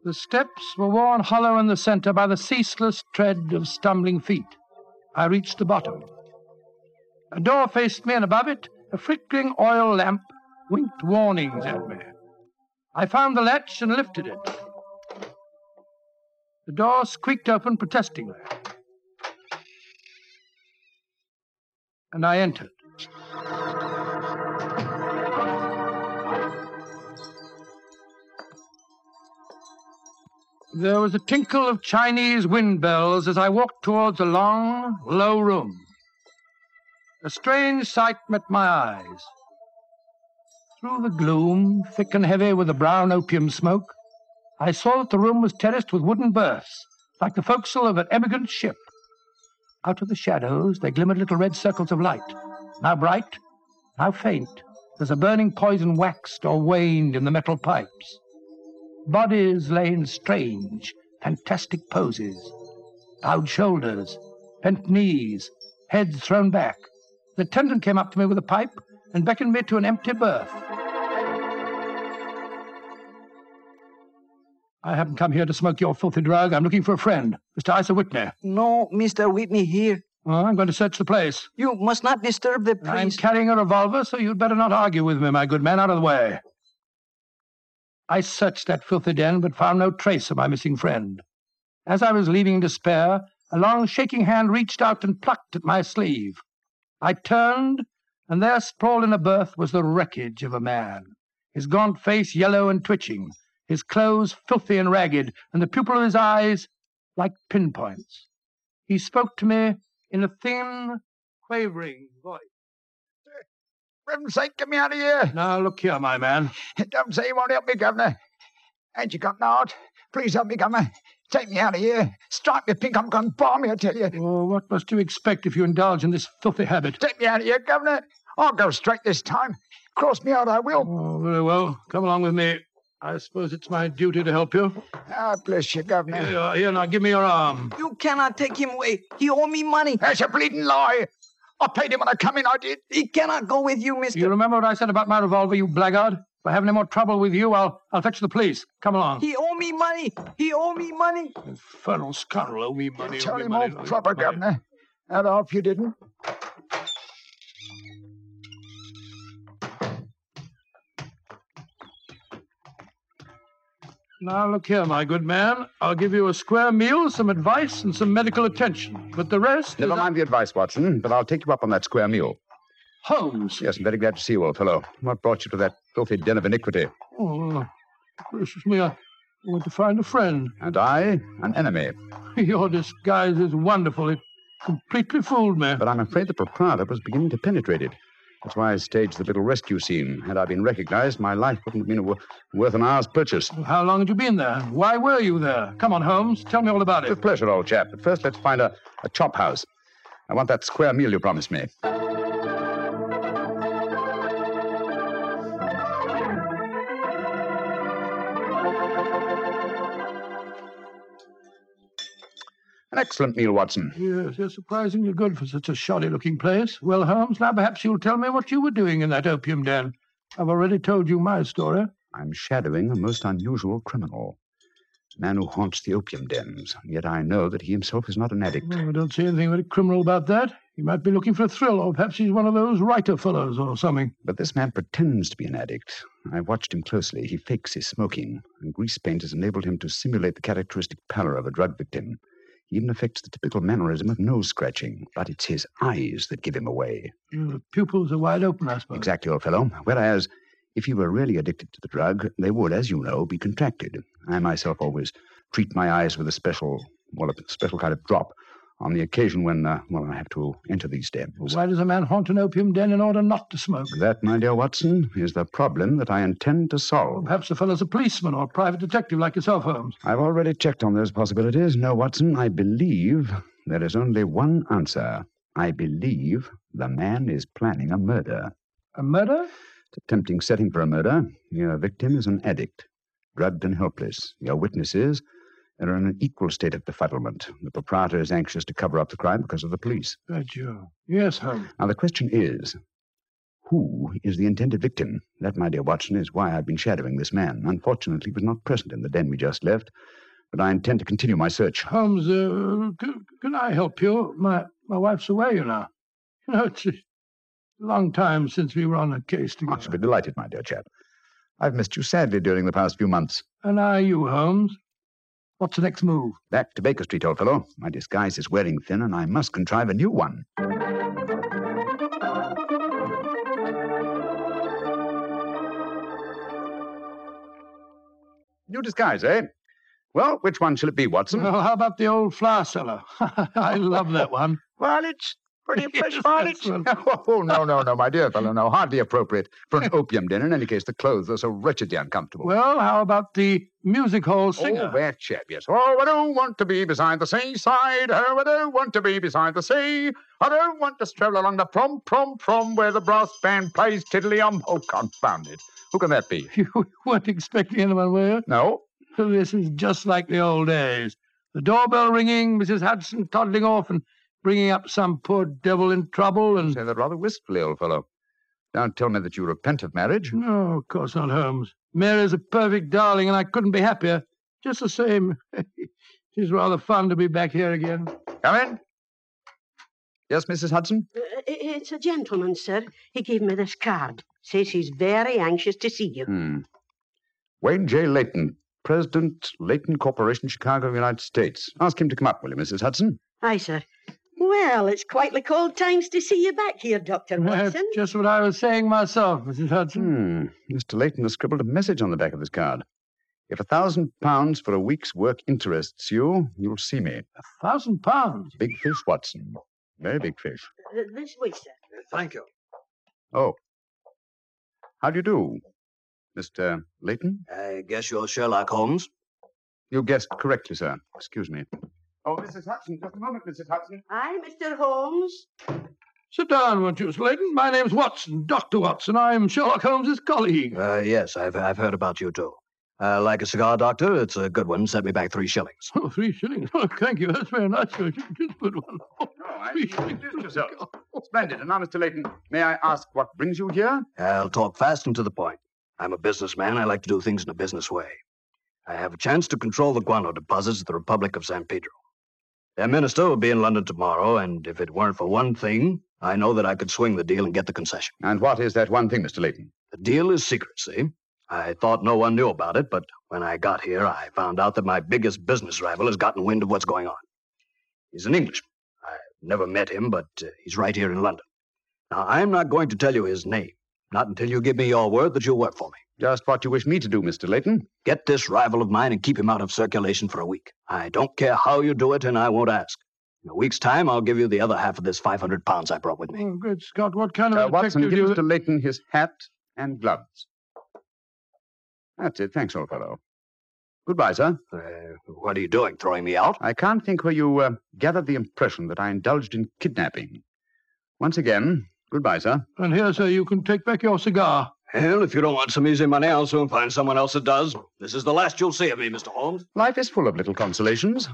C: The steps were worn hollow in the center by the ceaseless tread of stumbling feet. I reached the bottom. A door faced me, and above it, a flickering oil lamp winked warnings at me. I found the latch and lifted it. The door squeaked open protestingly. And I entered. There was a tinkle of Chinese wind bells as I walked towards a long, low room. A strange sight met my eyes. Through the gloom, thick and heavy with the brown opium smoke, I saw that the room was terraced with wooden berths, like the forecastle of an emigrant ship. Out of the shadows, there glimmered little red circles of light, now bright, now faint, as a burning poison waxed or waned in the metal pipes. Bodies lay in strange, fantastic poses bowed shoulders, bent knees, heads thrown back. The attendant came up to me with a pipe and beckoned me to an empty berth. I haven't come here to smoke your filthy drug. I'm looking for a friend, Mr. Isa Whitney.
J: No, Mr. Whitney here.
C: Oh, I'm going to search the place.
J: You must not disturb the
C: I'm
J: priest.
C: carrying a revolver, so you'd better not argue with me, my good man. Out of the way. I searched that filthy den, but found no trace of my missing friend. As I was leaving in despair, a long, shaking hand reached out and plucked at my sleeve. I turned, and there, sprawled in a berth, was the wreckage of a man. His gaunt face yellow and twitching, his clothes filthy and ragged, and the pupil of his eyes like pinpoints. He spoke to me in a thin, quavering voice.
D: Reverend Saint, get me out of here.
C: Now, look here, my man.
D: Don't say you won't help me, Governor. Ain't you got an heart? Please help me, Governor. Take me out of here. Strike me pink. I'm going to bomb you, I tell you.
C: Oh, what must you expect if you indulge in this filthy habit?
D: Take me out of here, Governor. I'll go straight this time. Cross me out, I will.
C: Oh, very well. Come along with me. I suppose it's my duty to help you.
D: Ah, bless you,
C: Here,
D: Governor.
C: you are. Here, now give me your arm.
J: You cannot take him away. He owe me money.
D: That's a bleeding lie. I paid him when I come in, I did.
J: He cannot go with you, Mr.
C: You remember what I said about my revolver, you blackguard? If I have any more trouble with you, I'll I'll fetch the police. Come along.
J: He owe me money. He owe me money.
C: Infernal scoundrel, owe me money.
D: Tell
C: owe me
D: him
C: money,
D: all
C: owe me
D: proper,
C: money.
D: Governor. That off you didn't.
C: Now, look here, my good man. I'll give you a square meal, some advice, and some medical attention. But the rest.
D: Never mind the advice, Watson, but I'll take you up on that square meal.
C: Holmes.
D: Yes, I'm very glad to see you, old fellow. What brought you to that filthy den of iniquity?
C: Oh, gracious me, I want to find a friend.
D: And I, an enemy.
C: Your disguise is wonderful. It completely fooled me.
D: But I'm afraid the proprietor was beginning to penetrate it. That's why I staged the little rescue scene. Had I been recognized, my life wouldn't have been wo- worth an hour's purchase.
C: How long had you been there? Why were you there? Come on, Holmes. Tell me all about it.
D: With pleasure, old chap. But first, let's find a, a chop house. I want that square meal you promised me. An excellent meal, Watson.
C: Yes, you're surprisingly good for such a shoddy looking place. Well, Holmes, now perhaps you'll tell me what you were doing in that opium den. I've already told you my story.
D: I'm shadowing a most unusual criminal. A man who haunts the opium dens, and yet I know that he himself is not an addict.
C: Well, I don't see anything very criminal about that. He might be looking for a thrill, or perhaps he's one of those writer fellows or something.
D: But this man pretends to be an addict. I watched him closely. He fakes his smoking, and grease paint has enabled him to simulate the characteristic pallor of a drug victim. He even affects the typical mannerism of nose scratching, but it's his eyes that give him away.
C: The pupils are wide open, I suppose.
D: Exactly, old fellow. Whereas, if he were really addicted to the drug, they would, as you know, be contracted. I myself always treat my eyes with a special, well, a special kind of drop on the occasion when, uh, well, I have to enter these dens.
C: Why does a man haunt an opium den in order not to smoke?
D: That, my dear Watson, is the problem that I intend to solve.
C: Perhaps the fellow's a policeman or a private detective like yourself, Holmes.
D: I've already checked on those possibilities. No, Watson, I believe there is only one answer. I believe the man is planning a murder.
C: A murder?
D: It's a tempting setting for a murder. Your victim is an addict, drugged and helpless. Your witnesses are in an equal state of befuddlement. The proprietor is anxious to cover up the crime because of the police.
C: That you. Yes, Holmes.
D: Now, the question is who is the intended victim? That, my dear Watson, is why I've been shadowing this man. Unfortunately, he was not present in the den we just left, but I intend to continue my search.
C: Holmes, uh, c- can I help you? My my wife's away, you know. You know, it's a long time since we were on a case
D: I
C: together.
D: shall be delighted, my dear chap. I've missed you sadly during the past few months.
C: And I, you, Holmes. What's the next move?
D: Back to Baker Street, old fellow. My disguise is wearing thin, and I must contrive a new one. New disguise, eh? Well, which one shall it be, Watson?
C: Well, how about the old flour cellar? I love that one.
D: Varlets? Pretty
C: fresh Yes, varlets? that's
D: oh, no, no, no, my dear fellow, no. Hardly appropriate for an opium den. In any case, the clothes are so wretchedly uncomfortable.
C: Well, how about the music hall
D: Oh,
C: singer?
D: that chap, yes. Oh, I don't want to be beside the seaside. Oh, I don't want to be beside the sea. I don't want to stroll along the prom, prom, prom where the brass band plays tiddly-um. Oh, confound it. Who can that be?
C: You weren't expecting anyone, were you? Oh,
D: No.
C: This is just like the old days. The doorbell ringing, Mrs. Hudson toddling off and bringing up some poor devil in trouble, and
D: Say that rather wistfully, old fellow. Don't tell me that you repent of marriage.
C: No, of course not, Holmes. Mary's a perfect darling, and I couldn't be happier. Just the same, she's rather fun to be back here again.
D: Come in. Yes, Mrs. Hudson?
K: Uh, i- It's a gentleman, sir. He gave me this card. Says he's very anxious to see you.
D: Hmm. Wayne J. Layton, President, Layton Corporation, Chicago, United States. Ask him to come up, will you, Mrs. Hudson?
K: Aye, sir. Well, it's quite like old times to see you back here, Dr.
C: That's
K: Watson.
C: just what I was saying myself, Mrs. Hudson.
D: Hmm. Mr. Layton has scribbled a message on the back of his card. If a thousand pounds for a week's work interests you, you'll see me.
C: Thousand pounds.
D: Big fish, Watson. Very big fish.
K: Uh, This way, sir.
E: Uh, Thank you.
D: Oh. How do you do, Mr. Layton?
L: I guess you're Sherlock Holmes.
D: You guessed correctly, sir. Excuse me. Oh, Mrs. Hudson, just a moment, Mrs. Hudson.
K: Aye, Mr. Holmes.
C: Sit down, won't you, Miss Layton? My name's Watson, Dr. Watson. I'm Sherlock Holmes's colleague.
L: Uh, yes, I've, I've heard about you too. Uh, like a cigar, Doctor? It's a good one. Set me back three shillings.
C: Oh, three shillings. Oh, thank you. That's very nice. It's a good one.
D: No, I introduced yourself. Splendid. And now, Mr. Layton, may I ask what brings you here?
L: I'll talk fast and to the point. I'm a businessman. I like to do things in a business way. I have a chance to control the guano deposits of the Republic of San Pedro. Their minister will be in London tomorrow, and if it weren't for one thing, I know that I could swing the deal and get the concession.
D: And what is that one thing, Mr. Layton?
L: The deal is secrecy, I thought no one knew about it, but when I got here, I found out that my biggest business rival has gotten wind of what's going on. He's an Englishman. I've never met him, but uh, he's right here in London. Now, I'm not going to tell you his name, not until you give me your word that you'll work for me.
D: Just what you wish me to do, Mr. Layton.
L: Get this rival of mine and keep him out of circulation for a week. I don't care how you do it, and I won't ask. In a week's time, I'll give you the other half of this 500 pounds I brought with me.
C: Oh, good Scott, what kind of
D: Uh,
C: a
D: Watson,
C: detective
D: give
C: do you...
D: Mr. Layton his hat and gloves. That's it. Thanks, old fellow. Goodbye, sir.
L: Uh, what are you doing, throwing me out?
D: I can't think where you uh, gathered the impression that I indulged in kidnapping. Once again, goodbye, sir.
C: And here, sir, you can take back your
D: Ah.
C: cigar.
L: Hell, if you don't want some easy money, I'll soon find someone else that does. This is the last you'll see of me, Mr. Holmes.
D: Life is full of little consolations.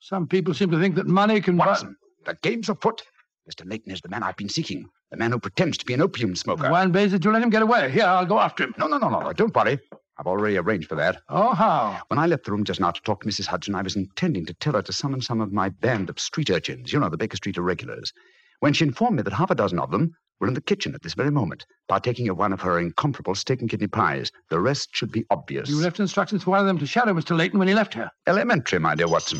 C: Some people seem to think that money can... Watson,
D: the game's afoot. Mr. Layton is the man I've been seeking. The man who pretends to be an opium smoker.
C: Why on basis did you let him get away? Here, I'll go after him.
D: No, no, no, no, no. Don't worry. I've already arranged for that.
C: Oh, how?
D: When I left the room just now to talk to Mrs. Hudson, I was intending to tell her to summon some of my band of street urchins, you know, the Baker Street irregulars, when she informed me that half a dozen of them were in the kitchen at this very moment, partaking of one of her incomparable steak and kidney pies. The rest should be obvious.
C: You left instructions for one of them to shadow Mr. Layton when he left here.
D: Elementary, my dear Watson.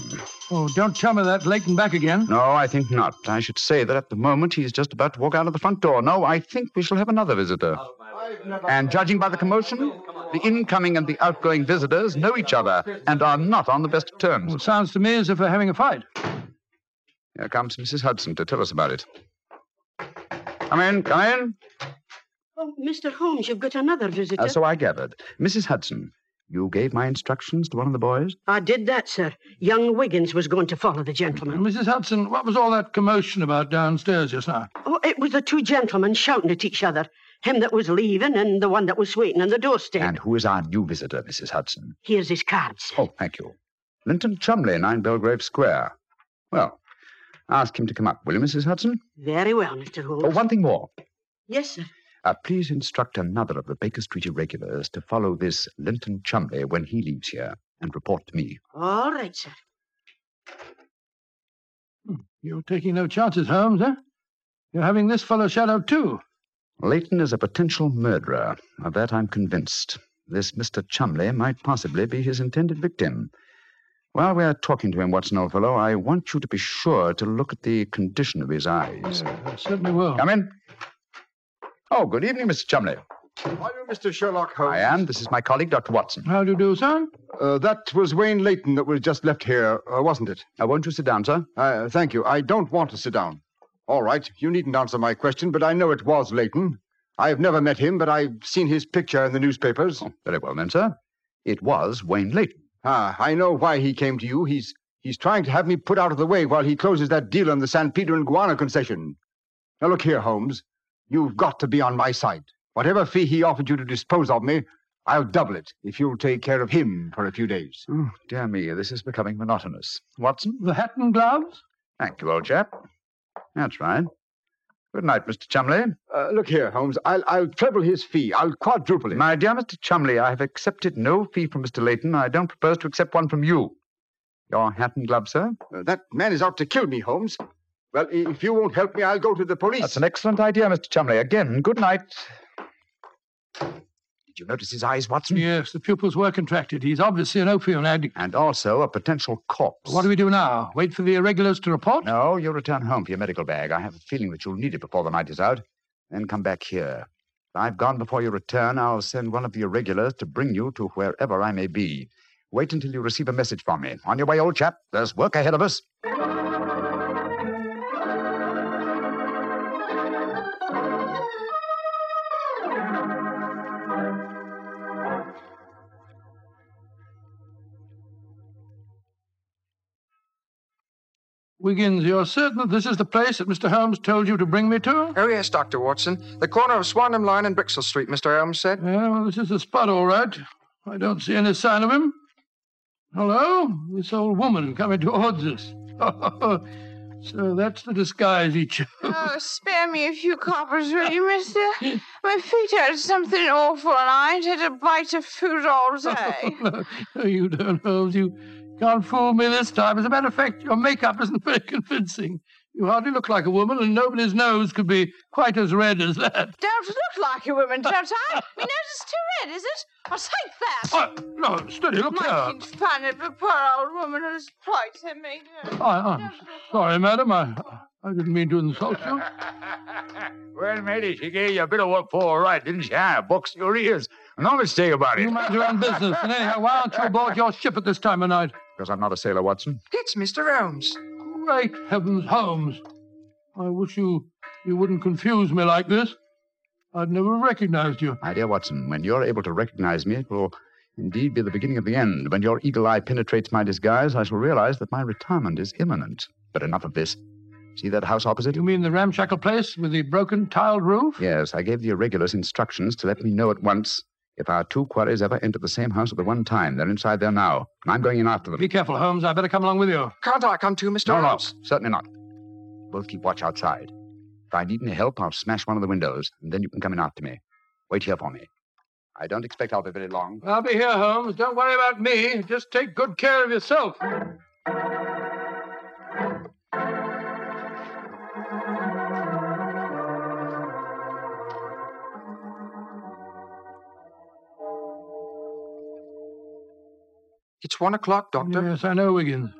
C: Oh, don't tell me that. Layton back again.
D: No, I think not. I should say that at the moment he's just about to walk out of the front door. No, I think we shall have another visitor. And judging by the commotion, the incoming and the outgoing visitors know each other and are not on the best of terms.
C: Well, it sounds to me as if they're having a fight.
D: Here comes Mrs. Hudson to tell us about it. Come in, come in.
K: Oh, Mr. Holmes, you've got another visitor.
D: Uh, so I gathered. Mrs. Hudson, you gave my instructions to one of the boys?
K: I did that, sir. Young Wiggins was going to follow the gentleman.
C: Mrs. Hudson, what was all that commotion about downstairs just now?
K: Oh, it was the two gentlemen shouting at each other. Him that was leaving and the one that was waiting on the doorstep.
D: And who is our new visitor, Mrs. Hudson?
K: Here's his cards.
D: Oh, thank you. Linton Chumley, 9 Belgrave Square. Well, ask him to come up, will you, Mrs. Hudson?
K: Very well, Mr. Holmes.
D: Oh, one thing more.
K: Yes, sir.
D: Uh, please instruct another of the Baker Street irregulars to follow this Linton Chumley when he leaves here and report to me.
K: All right, sir.
C: Hmm. You're taking no chances, Holmes, eh? You're having this fellow shadowed, too.
D: Leighton is a potential murderer. Of that I'm convinced. This Mr. Chumley might possibly be his intended victim. While we're talking to him, Watson, old fellow, I want you to be sure to look at the condition of his eyes.
C: certainly will.
D: Come in. Oh, good evening, Mr. Chumley.
M: Are you Mr. Sherlock Holmes?
D: I am. This is my colleague, Dr. Watson.
C: How do you do, sir?
M: Uh, that was Wayne Layton that was just left here, uh, wasn't it?
D: Uh, won't you sit down, sir?
M: Uh, thank you. I don't want to sit down. All right, you needn't answer my question, but I know it was Layton. I've never met him, but I've seen his picture in the newspapers.
D: Oh, very well, then, sir. It was Wayne Layton.
M: Ah, I know why he came to you. He's he's trying to have me put out of the way while he closes that deal on the San Pedro and Guana concession. Now look here, Holmes. You've got to be on my side. Whatever fee he offered you to dispose of me, I'll double it if you'll take care of him for a few days.
D: Oh, Dear me, this is becoming monotonous. Watson?
C: The hat and gloves?
D: Thank you, old chap. That's right. Good night, Mr. Chumley.
M: Uh, look here, Holmes. I'll, I'll treble his fee. I'll quadruple it.
D: My dear Mr. Chumley, I have accepted no fee from Mr. Layton. I don't propose to accept one from you. Your hat and glove, sir?
M: Uh, that man is out to kill me, Holmes. Well, i- if you won't help me, I'll go to the police.
D: That's an excellent idea, Mr. Chumley. Again, good night. Did you notice his eyes, Watson?
C: Yes, the pupils were contracted. He's obviously an opium addict.
D: And also a potential corpse.
C: What do we do now? Wait for the irregulars to report?
D: No, you'll return home for your medical bag. I have a feeling that you'll need it before the night is out. Then come back here. If I've gone before you return, I'll send one of the irregulars to bring you to wherever I may be. Wait until you receive a message from me. On your way, old chap. There's work ahead of us.
C: Wiggins, you're certain that this is the place that Mr. Holmes told you to bring me to?
N: Oh, yes, Dr. Watson. The corner of Swanham Line and Brixell Street, Mr. Holmes said.
C: Yeah, well, this is the spot, all right. I don't see any sign of him. Hello? This old woman coming towards us. so that's the disguise he chose.
O: Oh, spare me a few coppers, will you, mister? My feet hurt something awful, and I ain't had a bite of food all day.
C: No, you don't, Holmes. You can't fool me this time. As a matter of fact, your makeup isn't very convincing. You hardly look like a woman, and nobody's nose could be quite as red as that.
O: Don't look like a woman, don't I? Me nose is too red, is it? I'll take that.
C: Oh, no, steady, look here.
O: Making fun of a poor old woman who's exploiting me.
C: I, am sorry, madam. I, I didn't mean to insult you.
P: Well, matey, she gave you a bit of work for, all right, didn't she? Ah, box your ears. No mistake about it.
C: You mind your own business. And anyhow, why aren't you aboard your ship at this time of night?
P: Because I'm not a sailor, Watson.
C: It's Mr. Holmes. Great heavens, Holmes. I wish you you wouldn't confuse me like this. I'd never have recognized you.
D: My dear Watson, when you're able to recognize me, it will indeed be the beginning of the end. When your eagle eye penetrates my disguise, I shall realize that my retirement is imminent. But enough of this. See that house opposite?
C: You mean the ramshackle place with the broken tiled roof?
D: Yes, I gave the irregulars instructions to let me know at once if our two quarries ever enter the same house at the one time. They're inside there now, and I'm going in after them.
C: Be careful, Holmes. I better come along with you.
N: Can't I come too, Mr.
D: No, no,
N: Holmes?
D: certainly not. We'll keep watch outside. If I need any help, I'll smash one of the windows, and then you can come in after me. Wait here for me. I don't expect I'll be very long.
C: I'll be here, Holmes. Don't worry about me. Just take good care of yourself.
N: It's one o'clock, Doctor.
C: Yes, I know, Wiggins.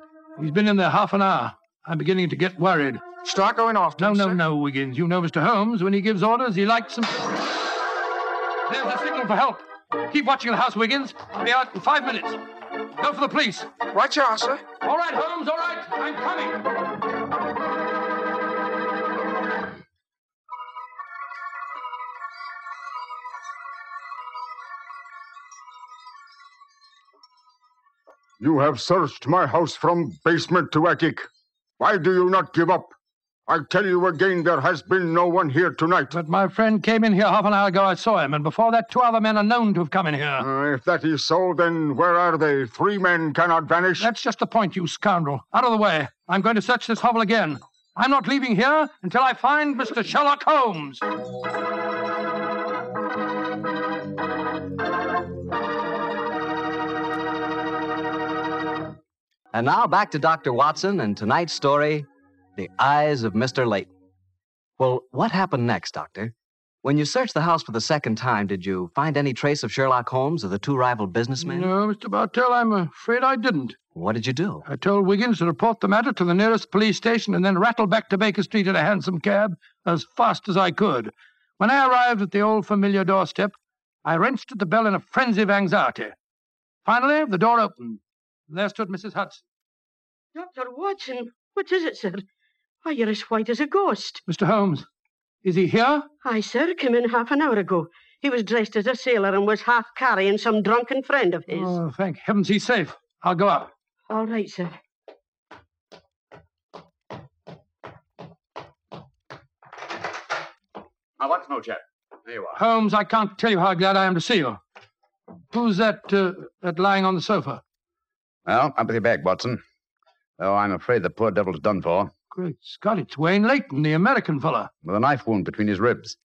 C: He's been in there half an hour. I'm beginning to get worried.
N: Start going off.
C: No, no, no, Wiggins. You know Mr. Holmes. When he gives orders, he likes them. There's a signal for help. Keep watching the house, Wiggins. I'll be out in five minutes. Go for the police.
N: Right, you are, sir.
C: All right, Holmes, all right. I'm coming.
M: You have searched my house from basement to attic. Why do you not give up? I tell you again, there has been no one here tonight.
C: But my friend came in here half an hour ago. I saw him, and before that, two other men are known to have come in here.
M: Uh, if that is so, then where are they? Three men cannot vanish.
C: That's just the point, you scoundrel. Out of the way. I'm going to search this hovel again. I'm not leaving here until I find Mr. Sherlock Holmes.
I: And now back to Dr. Watson and tonight's story The Eyes of Mr. Layton. Well, what happened next, Doctor? When you searched the house for the second time, did you find any trace of Sherlock Holmes or the two rival businessmen?
C: No, Mr. Bartell, I'm afraid I didn't.
I: What did you do?
C: I told Wiggins to report the matter to the nearest police station and then rattle back to Baker Street in a hansom cab as fast as I could. When I arrived at the old familiar doorstep, I wrenched at the bell in a frenzy of anxiety. Finally, the door opened. and There stood Mrs. Hudson.
K: Dr. Watson, what is it, sir? Why, you're as white as a ghost.
C: Mr. Holmes, is he here?
K: Aye, sir, came in half an hour ago. He was dressed as a sailor and was half carrying some drunken friend of his.
C: Oh, thank heavens he's safe. I'll go up.
K: All right, sir.
D: I want to know, chap. There you are.
C: Holmes, I can't tell you how glad I am to see you. Who's that, uh, that lying on the sofa?
D: Well, up with your bag, Watson. Though I'm afraid the poor devil's done for,
C: Great Scott, it's Wayne Layton, the American fella.
D: with a knife wound between his ribs.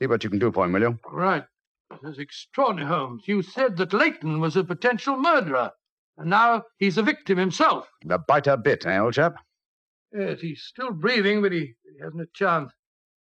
D: See what you can do for him, will you?
C: Right. That's extraordinary, Holmes. You said that Layton was a potential murderer, and now he's a victim himself.
D: The biter bit, eh, old chap?
C: Yes, he's still breathing, but he, he hasn't a chance.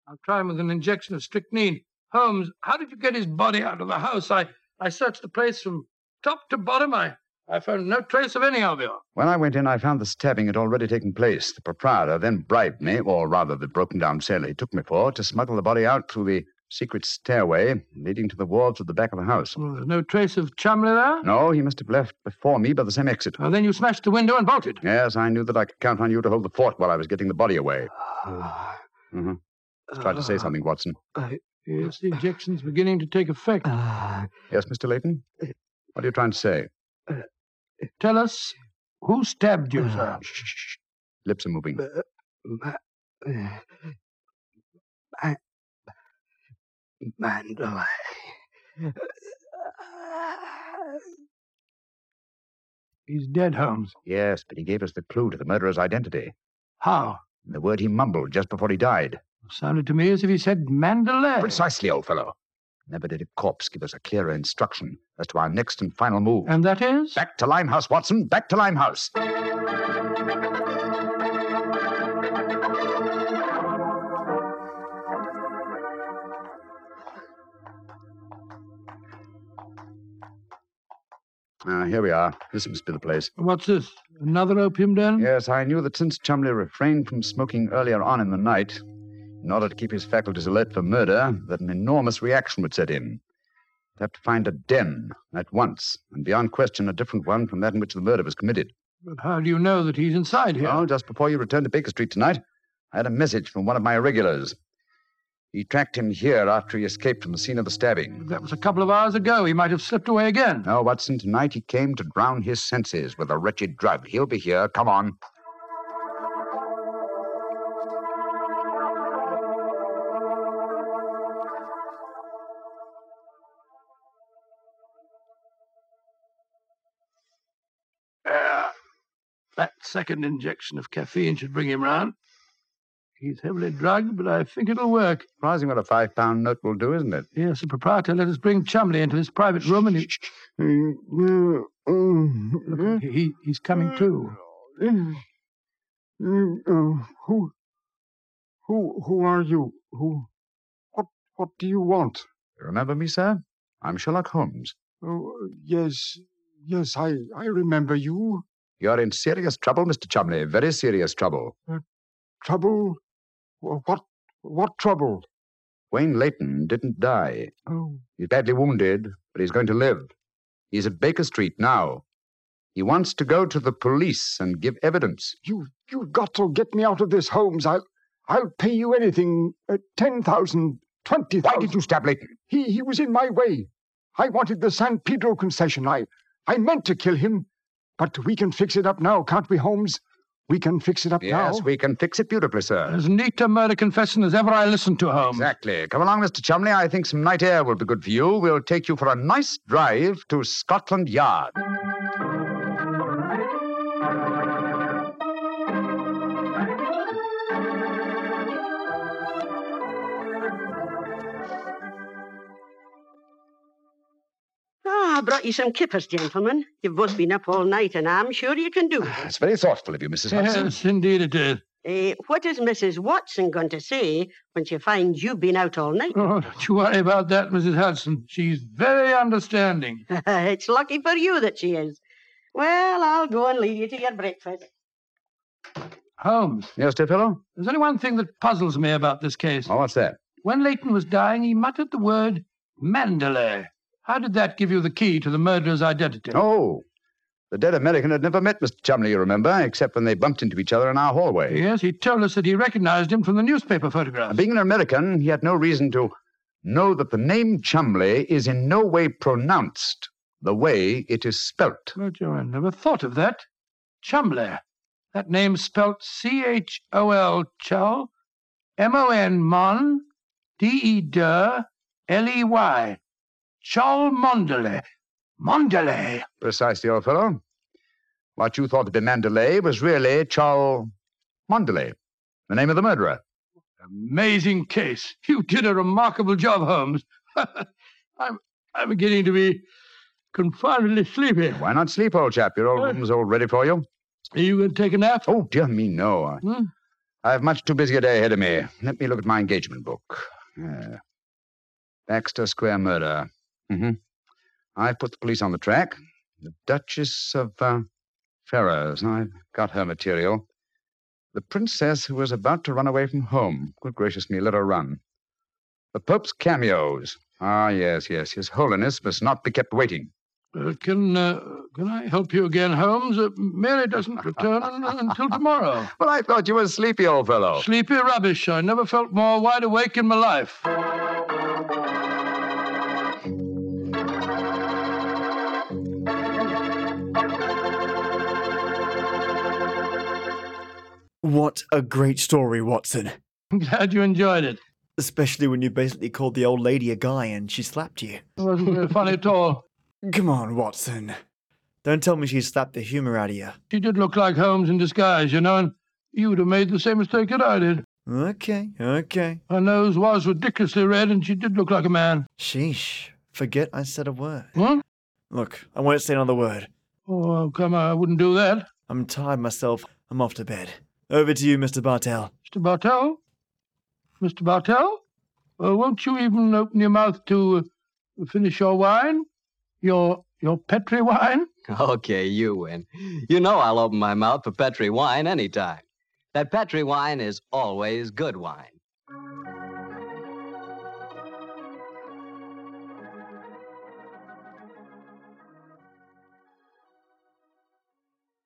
C: I'll try him with an injection of strychnine. Holmes, how did you get his body out of the house? I, I searched the place from top to bottom. I, I found no trace of any of you.
D: When I went in, I found the stabbing had already taken place. The proprietor then bribed me, or rather the broken down sailor he took me for, to smuggle the body out through the secret stairway leading to the wards at the back of the house.
C: Well, there's no trace of Chumley there?
D: No, he must have left before me by the same exit.
C: Well, then you smashed the window and bolted.
D: Yes, I knew that I could count on you to hold the fort while I was getting the body away. Mm-hmm. Just tried to say something, Watson.
C: Yes, the injection's beginning to take effect.
D: Yes, Mr. Layton? What are you trying to say?
C: Tell us who stabbed
D: uh,
C: you, sir.
D: Lips are moving.
J: Mandalay.
C: He's dead, Holmes.
D: Yes, but he gave us the clue to the murderer's identity.
C: How?
D: The word he mumbled just before he died.
C: Sounded to me as if he said Mandalay.
D: Precisely, old fellow. Never did a corpse give us a clearer instruction as to our next and final move.
C: And that is?
D: Back to Limehouse, Watson. Back to Limehouse. Ah, here we are. This must be the place.
C: What's this? Another opium den?
D: Yes, I knew that since Chumley refrained from smoking earlier on in the night, in order to keep his faculties alert for murder, that an enormous reaction would set in. I'd have to find a den at once, and beyond question a different one from that in which the murder was committed.
C: But how do you know that he's inside here?
D: Well, just before you returned to Baker Street tonight, I had a message from one of my regulars. He tracked him here after he escaped from the scene of the stabbing.
C: That was a couple of hours ago. He might have slipped away again.
D: No, Watson, tonight he came to drown his senses with a wretched drug. He'll be here. Come on.
C: Ah, that second injection of caffeine should bring him round. He's heavily drugged, but I think it'll work.
D: Surprising what a five pound note will do, isn't it?
C: Yes, the proprietor let us bring Chumley into his private room, and he... Look, he he's coming to.
M: Mm. uh, who, who, who are you? Who, what, what do you want?
D: You remember me, sir? I'm Sherlock Holmes.
M: Oh, yes, yes, I, I remember you.
D: You're in serious trouble, Mr. Chumley. Very serious trouble.
M: Uh, Trouble? Wh- What, what trouble?
D: Wayne Layton didn't die.
M: Oh,
D: He's badly wounded, but he's going to live. He's at Baker Street now. He wants to go to the police and give evidence.
M: you, you've got to get me out of this, Holmes. I'll, I'll pay you anything. Uh, ten thousand, twenty thousand. Why did
D: you stab Layton?
M: He, he was in my way. I wanted the San Pedro concession. I, I meant to kill him. But we can fix it up now, can't we, Holmes? We can fix it up now.
D: Yes, we can fix it beautifully, sir.
C: As neat a murder confession as ever I listened to, Holmes.
D: Exactly. Come along, Mr. Chumley. I think some night air will be good for you. We'll take you for a nice drive to Scotland Yard.
K: Ah, I brought you some kippers, gentlemen. You've both been up all night, and I'm sure you can do it.
D: That's very thoughtful of you, Mrs. Hudson.
C: Yes, indeed it is.
K: Eh, what is Mrs. Watson going to say when she finds you've been out all night?
C: Oh, don't you worry about that, Mrs. Hudson. She's very understanding.
K: it's lucky for you that she is. Well, I'll go and leave you to your breakfast.
C: Holmes.
D: Yes, dear fellow?
C: There's only one thing that puzzles me about this case.
D: Oh, what's that?
C: When Leighton was dying, he muttered the word Mandalay. How did that give you the key to the murderer's identity?
D: Oh, the dead American had never met Mr. Chumley, you remember, except when they bumped into each other in our hallway.
C: Yes, he told us that he recognized him from the newspaper photograph.
D: Being an American, he had no reason to know that the name Chumley is in no way pronounced the way it is spelt.
C: But you, I never thought of that. Chumley. That name's spelt C H O L Chol, M O N Mon, D E Der, L E Y. Chol Mondale. Mondale.
D: Precisely, old fellow. What you thought to be Mandalay was really Charles Mondale, the name of the murderer.
C: Amazing case. You did a remarkable job, Holmes. I'm, I'm beginning to be confoundedly sleepy.
D: Why not sleep, old chap? Your old room's all ready for you.
C: Are you going to take a nap?
D: Oh, dear me, no. I-
C: Hmm?
D: I've much too busy a day ahead of me. Let me look at my engagement book. Yeah. Baxter Square murder. Mm-hmm. I've put the police on the track. The Duchess of uh, Ferrers. I've got her material. The princess who was about to run away from home. Good gracious me, let her run. The Pope's cameos. Ah, yes, yes. His Holiness must not be kept waiting.
C: Uh, can, uh, can I help you again, Holmes? Uh, Mary doesn't return un- until tomorrow.
D: Well, I thought you were sleepy, old fellow.
C: Sleepy rubbish. I never felt more wide awake in my life.
A: What a great story, Watson.
C: I'm glad you enjoyed it.
A: Especially when you basically called the old lady a guy and she slapped you.
C: It wasn't very funny at all.
A: Come on, Watson. Don't tell me she slapped the humour out of you.
C: She did look like Holmes in disguise, you know, and you would have made the same mistake that I did.
A: Okay, okay.
C: Her nose was ridiculously red, and she did look like a man. Hmm?
A: Sheesh. Forget I said a word.
C: What?
A: Look, I won't say another word.
C: Oh, come on, I wouldn't do that.
A: I'm tired myself. I'm off to bed. Over to you, Mr. Bartell.
C: Mr. Bartell? Mr. Bartell? Uh, won't you even open your mouth to uh, finish your wine? Your Your Petri wine?
I: Okay, you win. You know I'll open my mouth for Petri wine any time. That Petri wine is always good wine.